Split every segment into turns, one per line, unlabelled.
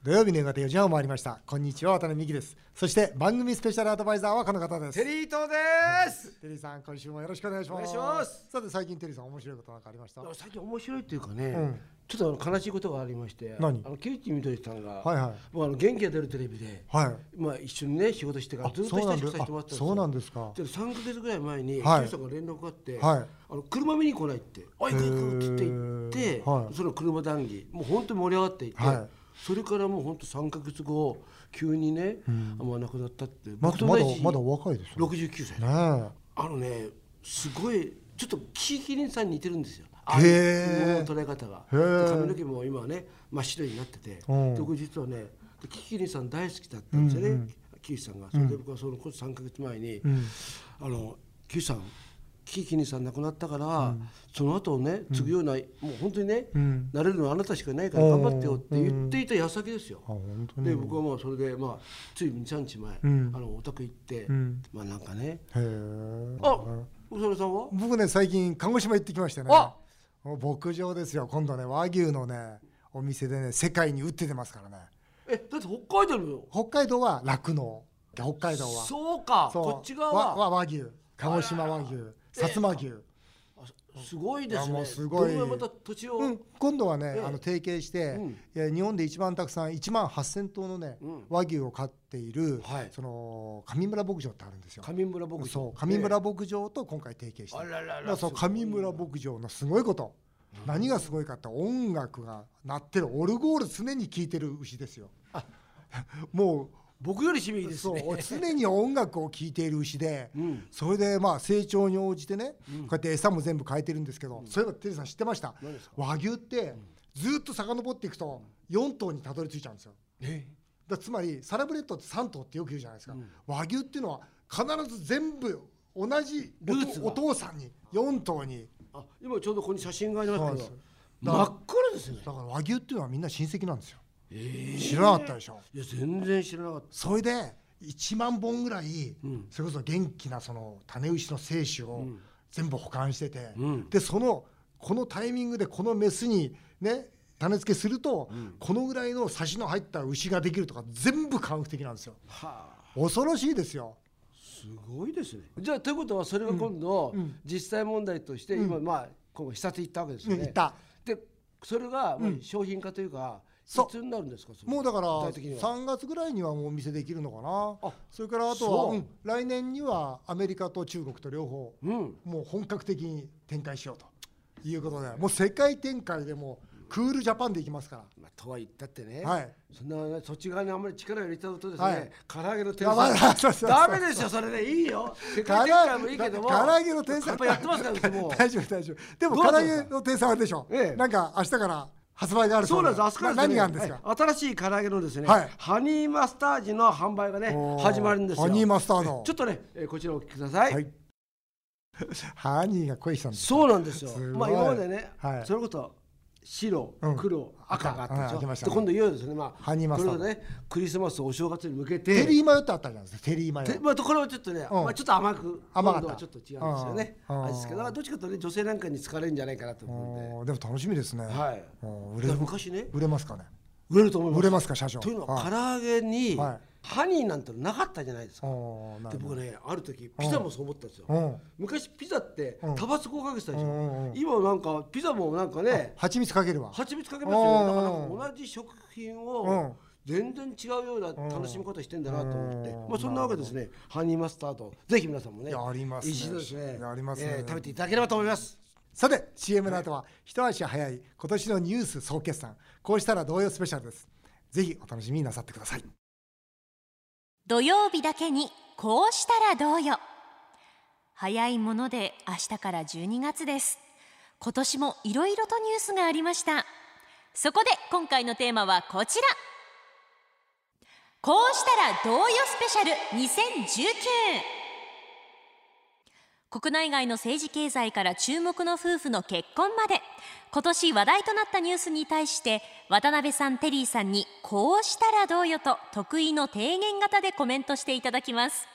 土曜日の夕方4時半を回りましたこんにちは渡辺美希ですそして番組スペシャルアドバイザーはこの方です
テリー東です。
テリーさん今週もよろしくお願いし
お
ます
願いします
さて最近テリーさん面白いことなんかありました
最近面白いっていうかね、
うん
ちょっとあの悲しいことがありまして
何
あの木内みどりさんが、
はいはい
僕あの元気が出るテレビで、
はい
まあ、一緒にね仕事してから
あ
ずっと
そうな
親
んで
しく
す
させてもらってたんですよ
そうなんですか
で3ヶ月ぐらい前に、
はい
木内さんから連絡があっ
は
て、
い
あの車見に来ないって「あ行く行く」っつって言
へ
って、
ーはい
その車談義もう本当に盛り上がっていて、
はい
それからもう本当3ヶ月後急にね、あんま亡くなったって
ま
僕
だ
と
ま
同
だ
じ
まだお若いですよね
69歳。
ね
あのねすごいちょっとキーキリンさんに似てるんですよ。
へー
あの捉え方が。
へー
で髪の毛も今はね真っ白になってて、
うん
で僕実はねでキキリンさん大好きだったんですよね。キキさんが。それで僕はそのこ3ヶ月前に、あのキキさんキキリンさん亡くなったから、その後をね継ぐような、もう本当にね、
ん
なれるのはあなたしかいないから頑張ってよって言っていた矢先ですよ。
あ本当に
で僕はもうそれでまあつい23日前、あのお宅行って、
ん
まあなんかね
へえ
あ、宇佐美さんは
僕ね最近鹿児島行ってきましてね
あ
牧場ですよ今度ね和牛のねお店でね世界に売っててますからね
え、だって北海道の
北海道は酪農北海道は
そうか、
そう
こっち側
わ
は
わ和牛鹿児島和牛薩摩牛
あすごいで
いや
す
もう
ね
すごい
どんどんまた土地を、
うん、今度はね、
ええ
あの提携して、
うん
いや日本で一番たくさん1万8,000頭のね、
うん
和牛を飼っている、
はい
その上村牧場ってあるんですよ。
上村牧場
そう上村牧場と今回提携して
あ
る、
らら
だから
ら
その上村牧場のすごいこと、何がすごいかって音楽が鳴ってるオルゴール常に聴いてる牛ですよ。 も
僕より趣味いいうです
そう
ね
常に音楽を聴いている牛で、
うん
それでまあ成長に応じてね、こうやって餌も全部変えてるんですけど、そういえばテリーさん知ってました
何ですか
和牛ってずっと遡っていくと4頭にたどり着いちゃうんですよ
え
だつまりサラブレッドって3頭ってよく言うじゃないですか、和牛っていうのは必ず全部同じお
ルーツが
お父さんに4頭に
あ、今ちょうどここに写真がありますけ
そう
ど
なんで
真っ黒ですね
だから和牛っていうのはみんな親戚なんですよ
えー
知らなかったでしょ
いや全然知らなかっ
それで1万本ぐらい、
うん
それこそ元気なその種牛の精子を全部保管してて、
うん
でそのこのタイミングでこのメスにね種付けすると、このぐらいのサシの入った牛ができるとか全部科学的なんですよ
たはあ
恐ろしいですよ
すごいですねじゃあということはそれが今度、実際問題として、今まあ今後視察行ったわけですよ
うん
ね
行った
でそれがまあ商品化というか、
そう
いつになるんですかそれ
もうだから
具体的には
3月ぐらいにはもうお見せできるのかな
あ
それからあと
そ
は、
う
うん来年にはアメリカと中国と両方
うん
もう本格的に展開しようということでもう世界展開でもうクールジャパンでいきますから
まあ、とは言ったってね、
はい
そんなね、そっち側にあんまり力を入れちゃうとですね、
はい
唐揚げの天
いやまだそう
才
そうそう
ダメですよそれでいいよ世界展開もいいけども
唐揚げの天
や
才
っぱやってますからうちもう
大丈夫大丈夫でも
どう
唐
な
揚
んです
げ
か
の天才あるでしょ、
ええ
なんか明日から発売がある
そうなんです、
で
あそこから
な
です
何
ね
があるんですか、
はい新しい唐揚げのですね、
はい
ハニーマスタージの販売がね
おー
始まるんですよ
ハニーマスタード
ちょっとね、えーこちらをお聞きください、
はいハニーが恋したんです
そうなんですよ
すごい
まあ今までね、
はい
それこそ白
うん
黒、赤があったで
は
し
い
ょ、
ありましたね
で今度いよいよですねまあ
ハニーマスタード
これをねクリスマスお正月に向けて
テリーマヨってあったじゃないですかテリーマヨ
てまあ、これはちょっとね、
うん
まあ、ちょっと甘く
甘かった
今度はちょっと違うんですよね、
うん
あれですけどまあどっちかというとね女性なんかに好かれるんじゃないかなと思うんで、
おーでも楽しみですね、
はい
おー売
だ
れ
から昔ね
売れますかね
売れると思います
売れますか社長
というのは
はい
唐揚げに、
はい
ハニーなんてのなかったじゃないですか、
おーな
で
るほど
僕ねある時ピザもそう思ったんですよ、
うん
昔ピザって
うん
タバスコをかけてたでしょ、
うんうんうん
今なんかピザもなんかね
蜂蜜かければ
蜂蜜かけますよねだから
うん
なんか同じ食品を全然違うような楽しみ方してんだなと思って、
うん
まあ、そんなわけですねハニーマスタードぜひ皆さんもね
いやありますね
一度ですね
いやありますね
えー食べていただければと思います
さて CM の後は一足早い今年のニュース総決算こうしたら同様スペシャルですぜひお楽しみになさってください
土曜日だけにこうしたらどうよ早いもので明日から12月です今年もいろいろとニュースがありましたそこで今回のテーマはこちらこうしたらどうよスペシャル2019国内外の政治経済から注目の夫婦の結婚まで今年話題となったニュースに対して渡辺さんテリーさんにこうしたらどうよと得意の提言型でコメントしていただきます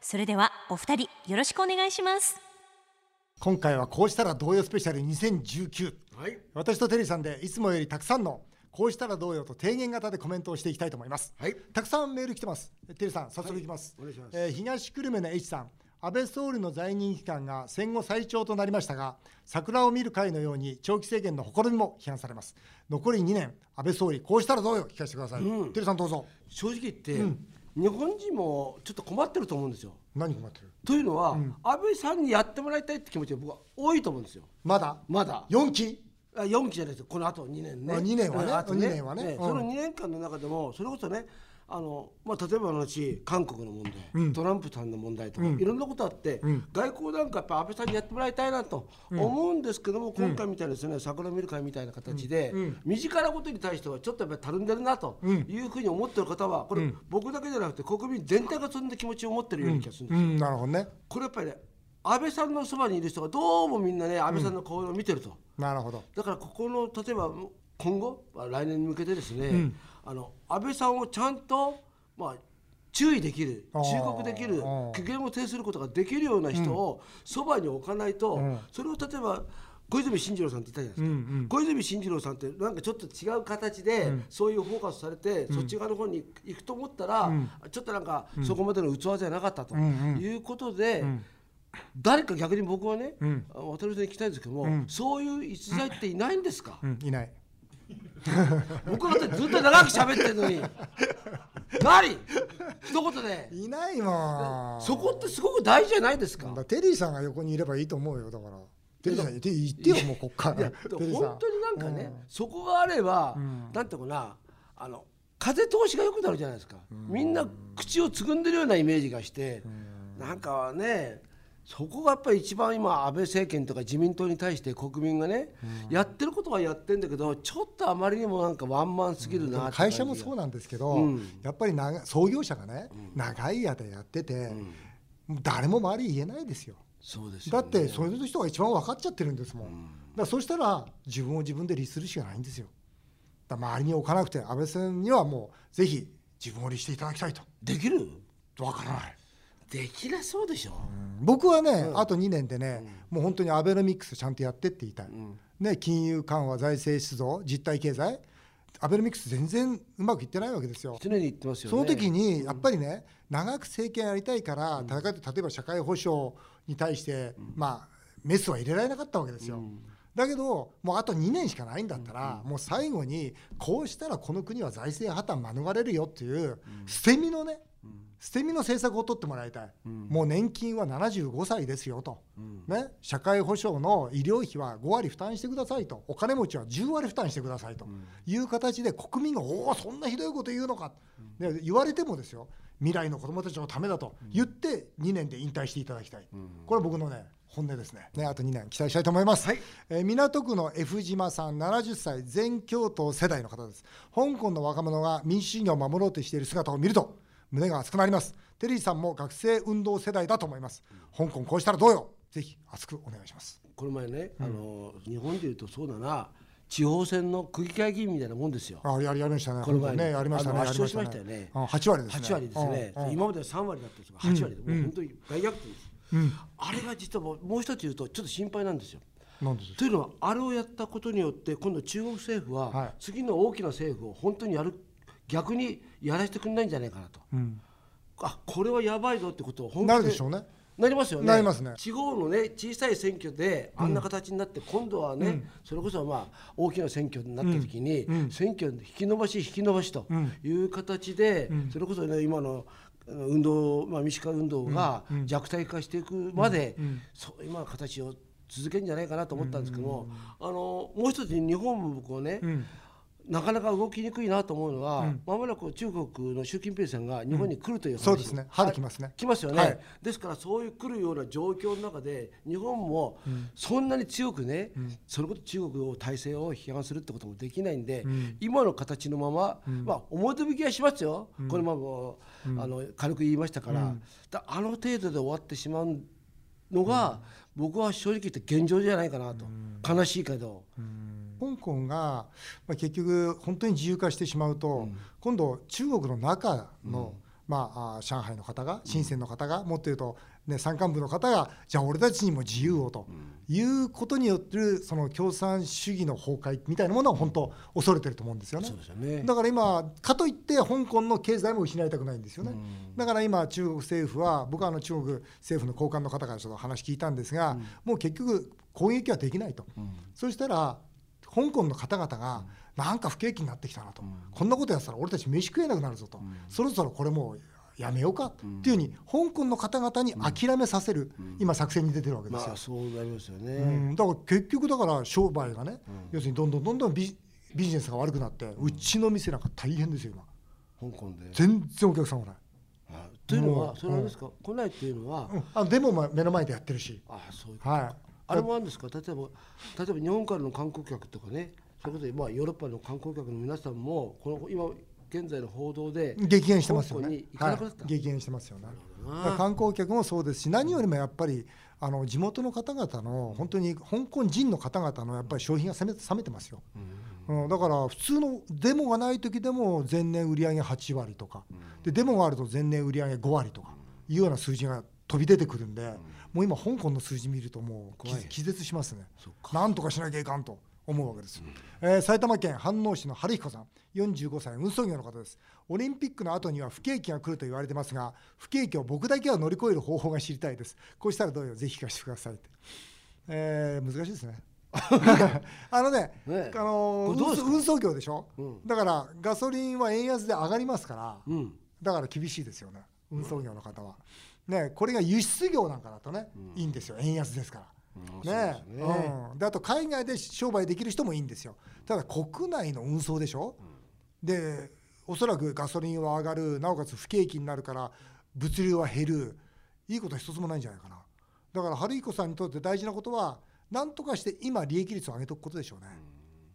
それではお二人よろしくお願いします
今回はこうしたら同様スペシャル2019
はい
私とテリーさんでいつもよりたくさんのこうしたらどうよと提言型でコメントをしていきたいと思います、
はい
たくさんメール来てますテリーさん早速いきます,、
はいお願いします
えー東久留米の H さん安倍総理の在任期間が戦後最長となりましたが桜を見る会のように長期政権のほころびも批判されます残り2年安倍総理こうしたらどうよ聞かせてください、テリーさんどうぞ
正直言って、日本人もちょっと困ってると思うんですよ
何困ってる
というのは、安倍さんにやってもらいたいって気持ちが僕は多いと思うんですよ
まだ
まだ
4期
あ4期じゃないですよこのあと2年ね
あ二年はね
うんあと
二年はねうん
その2年間の中でもそれこそねあの、まあ、例えばの話韓国の問題、トランプさんの問題とか、いろんなことあって、外交なんかやっぱ安倍さんにやってもらいたいなと思うんですけども、今回みたいなですね桜見る会みたいな形で、身近なことに対してはちょっとやっぱりたるんでるなというふうに思ってる方はこれ、僕だけじゃなくて国民全体がそんな気持ちを持ってるような気がするんですよ
うんなるほどね
これやっぱりね安倍さんのそばにいる人がどうもみんなね安倍さんの顔を見てると、
なるほど
だからここの例えば今後まあ来年に向けてですね、あの安倍さんをちゃんと、まあ、注意できる
あー
忠告できる
あー
苦言を呈することができるような人をそばに置かないと、
ん
それを例えば小泉進次郎さんって言ったじゃないですか、小泉進次郎さんってなんかちょっと違う形で、そういうフォーカスされて、そっち側の方に行くと思ったら、ちょっとなんかそこまでの器じゃなかったということで。誰か逆に僕はね、あ渡辺さんに聞きたいんですけども、そういう逸材っていないんですか、
うんいない
僕だってずっと長く喋ってるのに何一言で
いないもん
そこってすごく大事じゃないですか
だからテリーさんが横にいればいいと思うよだからテリーさん言って言ってよもうこっか
いや
ら
本
テリー
当に
さん
なんかね、そこがあれば、なんていうかなあの風通しが良くなるじゃないですか、みんな口をつぐんでるようなイメージがして、なんかねそこがやっぱり一番今安倍政権とか自民党に対して国民がね、やってることはやってんだけどちょっとあまりにもなんかワンマンすぎるなって感
会
じ
社
が
もそうなんですけど、
うん
やっぱり長創業者がね、長い間やってて、誰も周り言えないですよ
そうです
だ
よ、
っ
ね、
てそれの人が一番分かっちゃってるんですもん、だからそうしたら自分を自分で律するしかないんですよだから周りに置かなくて安倍さんにはもうぜひ自分を律していただきたいと
できる
分からない
できなそうでしょ、
僕はね、あと2年でね、もう本当にアベノミクスちゃんとやってって言いたい、ね、金融緩和、財政出動、実体経済、アベノミクス全然うまくいってないわけですよ。
常に言ってますよね
その時にやっぱりね、長く政権やりたいから、戦って例えば社会保障に対して、まあ、メスは入れられなかったわけですよ。だけど、もうあと2年しかないんだったら、もう最後に、こうしたらこの国は財政破綻免れるよっていう、捨て身のね、捨て身の政策を取ってもらいたい、もう年金は75歳ですよと、ね、社会保障の医療費は5割負担してくださいと、お金持ちは10割負担してくださいという形で、国民が、おお、そんなひどいこと言うのか、ね言われてもですよ、未来の子どもたちのためだと言って、2年で引退していただきたい、これ、僕のね、本音ですねね、あと2年、期待したいと思います。えー港区の F 島さん、70歳、全共闘世代の方です。香港の若者が民主主義を守ろうとしている姿を見ると、胸が熱くなります。テリーさんも学生運動世代だと思います。香港、こうしたらどうよ、ぜひ熱くお願いします。
この前ね、あの日本でいうとそうだな地方選の区議会議員みたいなもんですよ。
あやりやりましたね、
この前
ね、やりましたね、
あの
や
圧
りま
勝
し
したま
ね
したよね。
あ8割ですね。
8割ですね、
うんうん
今までは3割だったんですが8割で、もう本当に大逆転です、あれが実はもうもう一つ言うとちょっと心配なんですよ
なんでです
というのはあれをやったことによって今度中国政府
はい
は次の大きな政府を本当にやる逆にやらせてくれないんじゃないかなと、あこれはやばいぞってことを本
な
当
る
に
でしょうね。
なりますよね。
なりますね
地方のね小さい選挙であんな形になって、今度はね、それこそまあ大きな選挙になった時に、選挙の引き延ばし引き延ばしという形で、それこそね今のあの運動まあ民主化運動が弱体化していくまで、そう今の形を続けるんじゃないかなと思ったんですけども、あのもう一つ日本も僕はね、なかなか動きにくいなと思うのは、まもなく中国の習近平さんが日本に来るという話、
そうですね、春来ますね。
来ますよね、
はい
ですからそういう来るような状況の中で日本もそんなに強くね、それこそ中国を体制を批判するってこともできないんで、今の形のまま、まあ表向きはしますよ、これまもう、あの軽く言いましたから、だあの程度で終わってしまうのが、僕は正直言って現状じゃないかなと、悲しいけど、
香港が、まあ、結局本当に自由化してしまうと、今度中国の中のまあ、あ上海の方が深センの方が、もっと言うと、ね、山間部の方がじゃあ俺たちにも自由をと、いうことによってるその共産主義の崩壊みたいなものを本当恐れてると思うんですよね。
そうですよね
だから今かといって香港の経済も失いたくないんですよね。だから今中国政府は僕はあの中国政府の高官の方からちょっと話聞いたんですが、もう結局攻撃はできないと。そしたら香港の方々が、なんか不景気になってきたなと、こんなことやってたら俺たち飯食えなくなるぞと、そろそろこれもうやめようかっていうふうに香港の方々に諦めさせる、今作戦に出てるわけです
ま
よ
あ、そうなりますよね、
うん、だから結局だから商売がね、要するにどんどんどんどんビジビジネスが悪くなって、うちの店なんか大変ですよ今
香港で
全然お客さん来ない、
あというの
う
は
ん
それはあれですか、来ないっていうのは、
うんあでもまあ目の前でやってるし
あそういうこと
はい
あれもあるんですか例えば例えば日本からの観光客とかねそれこそまあヨーロッパの観光客の皆さんもこの今現在の報道で
激減してますよ
香港
ね
に行かなくなった、
はい、激減してますよねだから観光客もそうですし何よりもやっぱりあの地元の方々の本当に香港人の方々のやっぱり消費が冷め冷めてますよ、うんだから普通のデモがない時でも前年売り上げ8割とか、でデモがあると前年売り上げ5割とかいうような数字が飛び出てくるんで、もう今香港の数字見るともう
怖い
気気絶しますね
そっか
なんとかしなきゃいかんと思うわけです、えー埼玉県飯能市の春彦さん45歳運送業の方ですオリンピックの後には不景気が来ると言われてますが不景気を僕だけは乗り越える方法が知りたいですこうしたらどうよぜひ聞かせてくださいって、えー難しい ですねあのね
ね
あのー
これどうですか
運送業でしょ、
ん
だからガソリンは円安で上がりますから、
うん
だから厳しいですよね運送業の方は、ねこれが輸出業なんかだとね、いいんですよ円安ですから、ね
そうですね
うん、であと海外で商売できる人もいいんですよただ国内の運送でしょ、でおそらくガソリンは上がるなおかつ不景気になるから物流は減るいいことは一つもないんじゃないかなだから春彦さんにとって大事なことは何とかして今利益率を上げておくことでしょうね、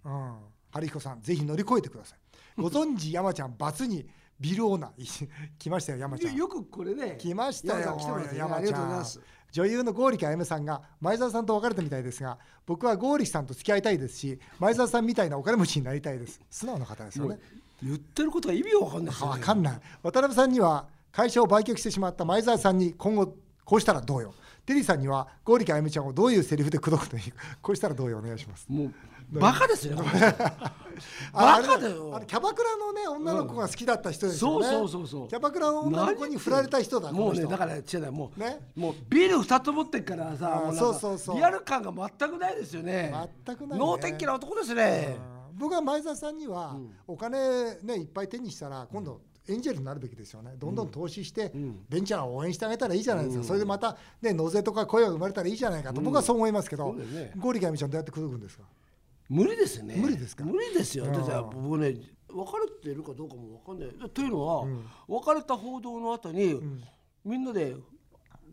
うん、春彦さん、ぜひ乗り越えてください。ご存知、山ちゃん、バツにビルオーナー、 来ましたよ、山ちゃん。
よくこれね
来ましたよ
山、さん来てますね
山
あり
ち
がとうござ
ゃ
い
ん
ます。
女優の剛力あやめさんが前澤さんと別れたみたいですが、僕は剛力さんと付き合いたいですし、前澤さんみたいなお金持ちになりたいです。素直な方ですよね。
言ってることが意味がわかんないですよ
わ
ね
かんない。渡辺さんには会社を売却してしまった前澤さんに今後こうしたらどうよ。テリーさんには剛力あやめちゃんをどういうセリフで口説くというこうしたらどうよお願いします。
もうバカですよねこの人
あ
バカ
あれ
だよ
あれキャバクラのね女の子が好きだった人ですよ
そう
ね、
そうそうそう
キャバクラの女の子に振られた人だ
もうね
この人
だから違うねもう
ね
もうビール二つ持ってっからさ
あー
もうなんか
そうそうそう
リアル感が全くないですよね
全くないね
能天気な男ですね
僕は前澤さんには、お金ねいっぱい手にしたら今度エンジェルになるべきですよねどんどん投資して、ベンチャーを応援してあげたらいいじゃないですか、それでまた、ね、納税とか雇用が生まれたらいいじゃないかと、僕はそう思いますけど、
そうだよね
ゴリガミちゃんどうやって口説くんですか
無理ですね
無理ですか
無理ですよ
うん
だって僕ね別れてるかどうかも分かんないというのは、別れた報道の後に、みんなで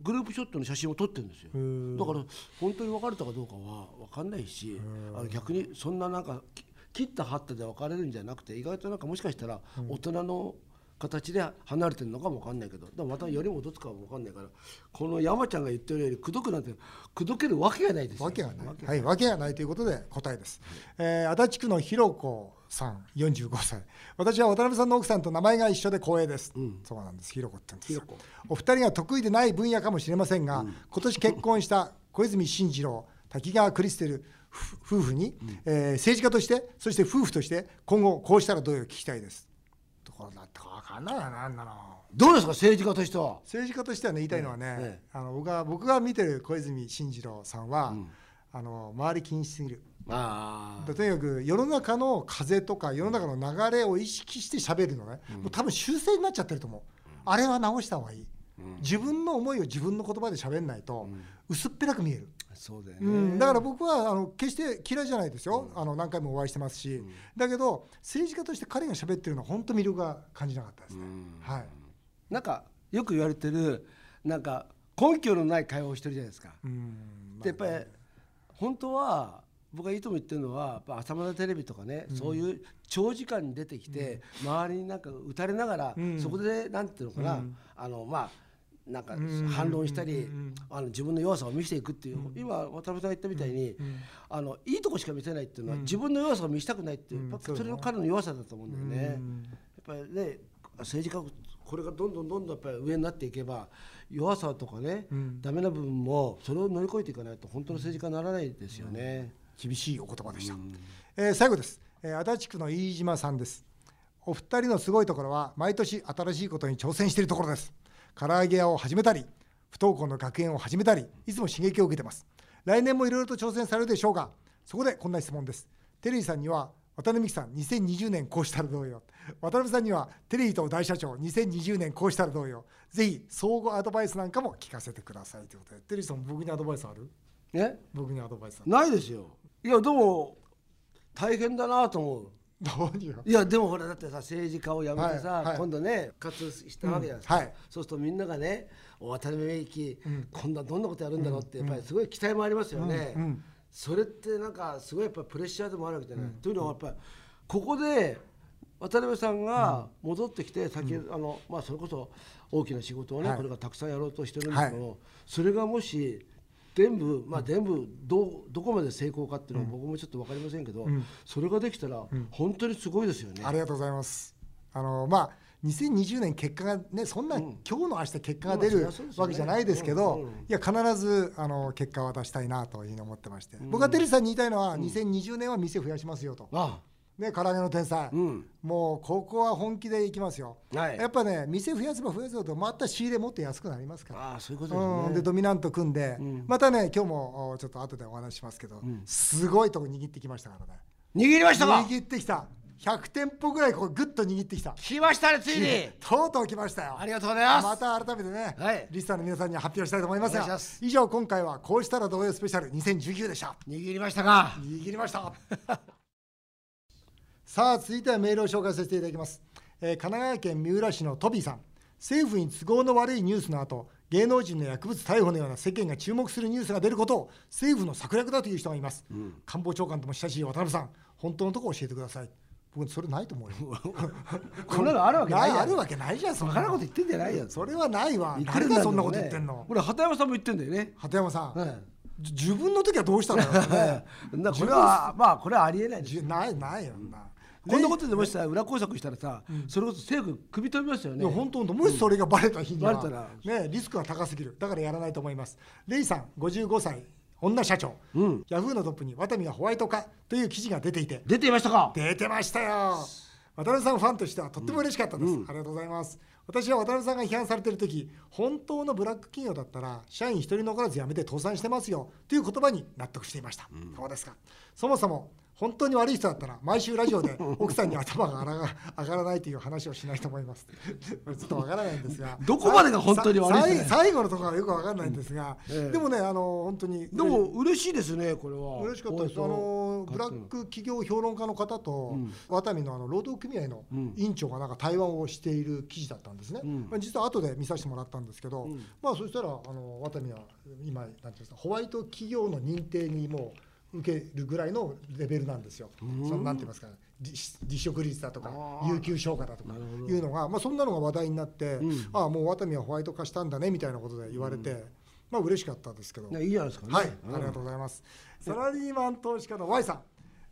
グループショットの写真を撮ってるんですよだから本当に別れたかどうかは分かんないしあの逆にそんななんかき切った張ったで別れるんじゃなくて意外となんかもしかしたら大人の形で離れてるのかも分かんないけどでもまたより戻すかも分かんないからこの山ちゃんが言ってるより口説くなんて口説けるわけがないですよ
わけがない。はい、わけがないということで答えです。えー足立区のひろこさん、45歳。私は渡辺さんの奥さんと名前が一緒で光栄です。そうなんです。ひろこって言うんですよ
ひろこ
お二人が得意でない分野かもしれませんが、今年結婚した小泉進次郎、滝川クリステルふ夫婦に、えー政治家として、そして夫婦として、今後こうしたらどうよ聞きたいです。ところだってわかんないよなあんなの。
どうですか政治家としては
政治家としてはね言いたいのはね、
ええ
あの僕が僕が見てる小泉進次郎さんは、あの周り気にしすぎる。
ああ
とにかく世の中の風とか世の中の流れを意識して喋るのね、もう多分修正になっちゃってると思う、あれは直した方がいい、自分の思いを自分の言葉で喋んないと、薄っぺらく見える、
そうだよね、
うん、だから僕はあの決して嫌いじゃないですよ、あの何回もお会いしてますし、だけど政治家として彼が喋ってるのは本当魅力が感じなかったですね、はい、
なんかよく言われてるなんか根拠のない会話をしてるじゃないですか。
うん
でやっぱり本当は僕がいいとも言ってるのはやっぱ朝までテレビとかね、そういう長時間に出てきて、周りになんか打たれながら、
ん
そこでなんていうのかな、あのまあなんか反論したり、あの自分の弱さを見せていくっていう、今渡辺さんが言ったみたいに、あのいいとこしか見せないっていうのは、自分の弱さを見せたくないっていう、やっぱ
そうだ
それ
ね
の彼の弱さだと思うんだよね。やっぱりね政治家これがどんどんどんどんやっぱり上になっていけば弱さとかね、ダメな部分もそれを乗り越えていかないと本当の政治家にならないですよね。
厳しいお言葉でした、えー最後です、えー足立区の飯島さんですお二人のすごいところは毎年新しいことに挑戦しているところです唐揚げ屋を始めたり不登校の学園を始めたりいつも刺激を受けてます来年もいろいろと挑戦されるでしょうがそこでこんな質問ですテリーさんには渡辺美樹さん2020年こうしたらどうよ渡辺さんにはテリーと大社長2020年こうしたらどうよぜひ相互アドバイスなんかも聞かせてくださいということでテリーさん僕にアドバイスある
ね
僕にアドバイスある
ないですよ。いやでも大変だなと思う。
どうにか
いやでもほらだってさ政治家を辞めてさ、
はいはい
今度ね復活したわけじゃないですか、
うんはい
そうするとみんながねお渡辺名義、こんなどんなことやるんだろうってやっぱりすごい期待もありますよね、
うんうん
それってなんかすごいやっぱプレッシャーでもあるわけじゃない、というのはやっぱりここで渡辺さんが戻ってきて先、あのまあそれこそ大きな仕事をね、
はい
これからたくさんやろうとしてるんですけど、それがもし全部まあ全部どうどこまで成功かっていうのは僕もちょっと分かりませんけど、それができたら本当にすごいですよね。
ありがとうございます。あのまあ2020年結果がねそんな、今日の明日結果が出
ま
る
あそりゃそうですよね
わけじゃないですけど、
うんうんうん
いや必ずあの結果は出したいなというふうに思ってまして、僕はテリーさんに言いたいのは、2020年は店増やしますよと、
あ
ね唐揚げの天才、
うん
もうここは本気でいきますよ、
はい
やっぱね店増やせば増やせばとまた仕入れもっと安くなりますから。
ああそういうことですね。
うん、でドミナント組んで、またね今日もおちょっと後でお話ししますけど、すごいとこ握ってきましたからね
握りましたか。
握ってきた100店舗ぐらいこうグッと握ってきた
来ましたねついに。
とうとう来ましたよ
ありがとうございます。
また改めてね、
はい
リスターの皆さんには発表したいと思います
お願いし
が
ます
以上今回はこうしたらどうよスペシャル2019でした
握りましたか。
握りました さあ続いてはメールを紹介させていただきます、えー神奈川県三浦市のトビーさん政府に都合の悪いニュースの後芸能人の薬物逮捕のような世間が注目するニュースが出ることを政府の策略だという人がいます、官房長官とも親しい渡辺さん本当のところ教えてください僕それないと思うよ
こんなのあるわけない
な
や
い
ん。
あるわけないじゃんそん
バ
な
カなこと言ってんじゃないよ。
それはないわ
いくら
誰
なん
が
でもね
そんなこと言ってんの
これ畑山さんも言ってんだよね。
鳩山さん、
はい
じ自分の時はどうしたのよ、 ね
なこれはまあこれはありえないです。
じないないよな、
こんなことでもしさ裏工作したらさ、それこそ政府首飛びますよ
い
ね。
や本当本当もしそれがバレた日には、
バレたら
ねリスクが高すぎるだからやらないと思いますレイさん55歳女社長、ヤフーのトップにワタミがホワイト化という記事が出ていて
出ていましたか。
出てましたよ渡辺さんファンとしてはとっても嬉しかったです、ありがとうございます私は渡辺さんが批判されている時本当のブラック企業だったら社員一人残らず辞めて倒産してますよという言葉に納得していました、そうですかそもそも本当に悪い人だったら毎週ラジオで奥さんに頭が上が上がら ないという話をしないと思いますちょっとわからないんですが
どこまでが本当に悪い人だよ
ささ最後のところはよくわからないんですが、
ええ
でもねあの本当に
でも嬉しいですねこれは。
嬉しかったです。あ
放送
のブラ
買っ
ッ
て
ク企業評論家の方と、ワタミのあの労働組合の委員長がなんか対話をしている記事だったんですね。まあ実は後で見させてもらったんですけど、まあそしたらあのワタミは今なんていうんですかホワイト企業の認定にもう受けるぐらいのレベルなんですよ。そのなんて言いますか、ね、離離職率だとか有給消化だとかいうのがまあそんなのが話題になって、ああもうワタミはホワイト化したんだねみたいなことで言われて、まあ嬉しかったですけど。
ねいいじゃないですかね。
はい、ありがとうございます。サラリーマン投資家の Y さん、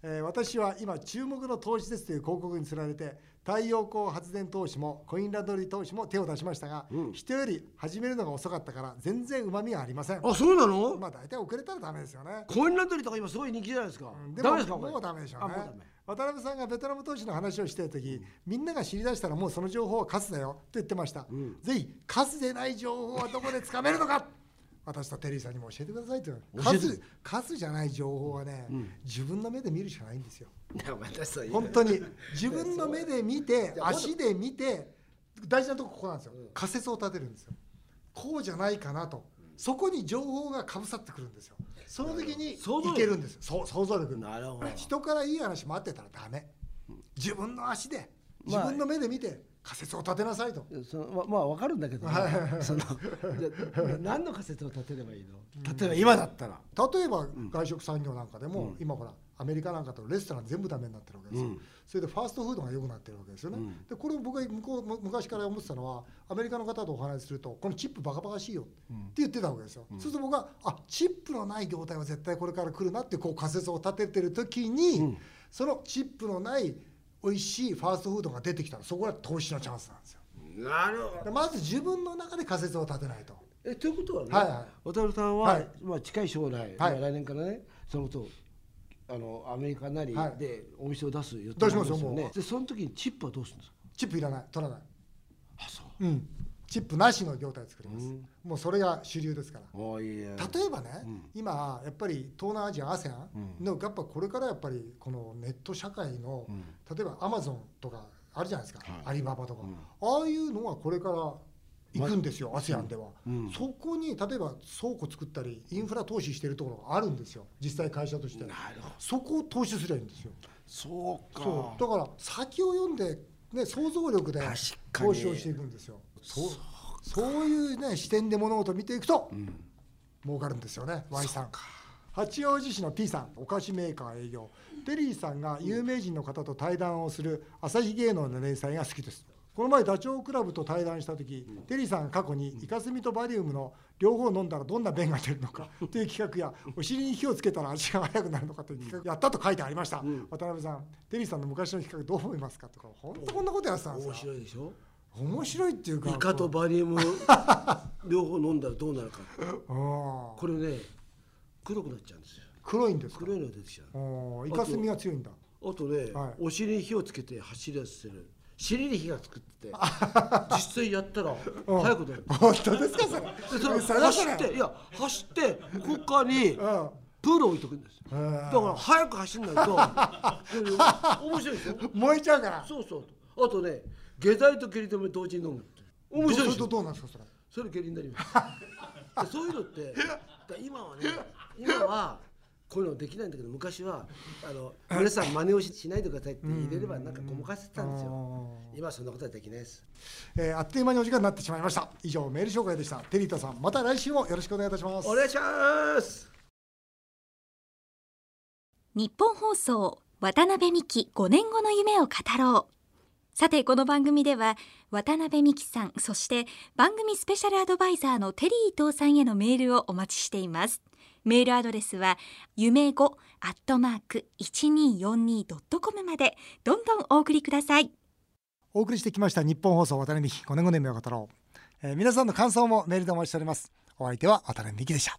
えー私は今注目の投資ですという広告につられて、太陽光発電投資もコインランドリー投資も手を出しましたが、人より始めるのが遅かったから全然旨味がありません。
あそうなの？
まあ大体遅れたらダメですよね。
コインランドリーとか今すごい人気じゃないですか。
で
ダ
も
メですかこれ。
もうダメでしょう
あ
ね
もうダメ。
渡辺さんがベトナム投資の話をしている時、みんなが知り出したらもうその情報は数だよと言ってました、ぜひ数でない情報はどこでつかめるの か私とテリーさんにも教えてくださいと
えて
数数じゃない情報はね、自分の目で見るしかないんですよ 本当に自分の目で見 て足で見て大事なとこここなんですよ仮説を立てるんですよこうじゃないかなとそこに情報がかぶさってくるんですよその時にい
想像力
けるんですよそう想像力
なるほど
人からいい話待ってたらダメ自分の足で
ま
自
あ
分の目で見て仮説を立てなさいと
そのままあわかるんだけどね、そのじゃ何の仮説を立てればいいの例えば今だったら、
例えば外食産業なんかでも、今ほらアメリカなんかとレストラン全部ダメになってるわけですよ、それでファーストフードが良くなってるわけですよね、でこれを僕が向こうむ昔から思ってたのはアメリカの方とお話しするとこのチップバカバカしいよって言ってたわけですよ、そうすると僕はあチップのない業態は絶対これから来るなってこう仮説を立ててる時に、そのチップのない美味しいファーストフードが出てきたらそこは投資のチャンスなんですよ、
なるほど
まず自分の中で仮説を立てないと。
えということはね、
はいはい
渡辺さんは、
はい
まあ、近い将来、まあ来年からねそのとあのアメリカなり
はい
でお店を出す予定
出し
なん
ま
ですす
よ
よね、
もう
でその時にチップはどうするんですか
チップいらない、取らない。
あそう
うん。チップなしの業態を作ります。
うん
もうそれが主流ですから。
おーいいね
例えばね、
うん
今やっぱり東南アジア ASEAN
うん
のやっぱこれからやっぱりこのネット社会の、
うん
例えばアマゾンとかあるじゃないですか、
はい
アリババとか、
うん
ああいうのはこれから行くんですよ、ASEAN では、
うん
そこに例えば倉庫作ったりインフラ投資してるところがあるんですよ実際会社として
なるほど
そこを投資すればいいんですよ
そうか
そうだから先を読んで、ね、想像力で
確かに
投資をしていくんですよそうそういう、ね、視点で物事を見ていくと、
ん
儲かるんですよね Y さん八王子市の T さんお菓子メーカー営業テリーさんが有名人の方と対談をする朝日芸能の連載が好きですこの前ダチョウ倶楽部と対談した時、テリーさんが過去にイカスミとバリウムの両方飲んだらどんな便が出るのかという企画やお尻に火をつけたら足が速くなるのかという企画やったと書いてありました、渡辺さんテリーさんの昔の企画どう思いますかとか本当こんなことやってたんで
面
すよ
白いでしょ
面白いっていうか
イカとバリウム両方飲んだらどうなるか
うん
これね黒くなっちゃうんですよ
黒いんですか
黒いのが出てきちゃう
うんイカスミが強いんだ
あとね、
はい
お尻に火をつけて走らせる尻に火がつくって て実際やったら速くなる
本当ですかそれ
でそれ
それだそ
走
れ
っていや走ってこっかに
うん
プール置いとくんですよだ
へえ
から早く走んないとでも面白いでしょ
燃えちゃうから
そうそうあとね下剤と下痢止め同時に飲むって面白いでし
ど
ょ
うどうなんですかそれ
それ下痢になりますでそういうのってだから今はね今はこういうのできないんだけど昔はあの皆さん真似をししないでくださいって入れればなんかごまかせてたんですよ今はそんなことはできないです
えー、あっという間にお時間になってしまいました以上メール紹介でしたテリータさんまた来週もよろしくお願いいたします
お願いします
日本放送渡辺美希5年後の夢を語ろうさてこの番組では渡辺美希さんそして番組スペシャルアドバイザーのテリー伊藤さんへのメールをお待ちしていますメールアドレスは夢5アットマーク 1242.com までどんどんお送りください
お送りしてきました日本放送渡辺美希5年後の夢を語ろう、えー、皆さんの感想もメールでお待ちしておりますお相手は渡辺美希でした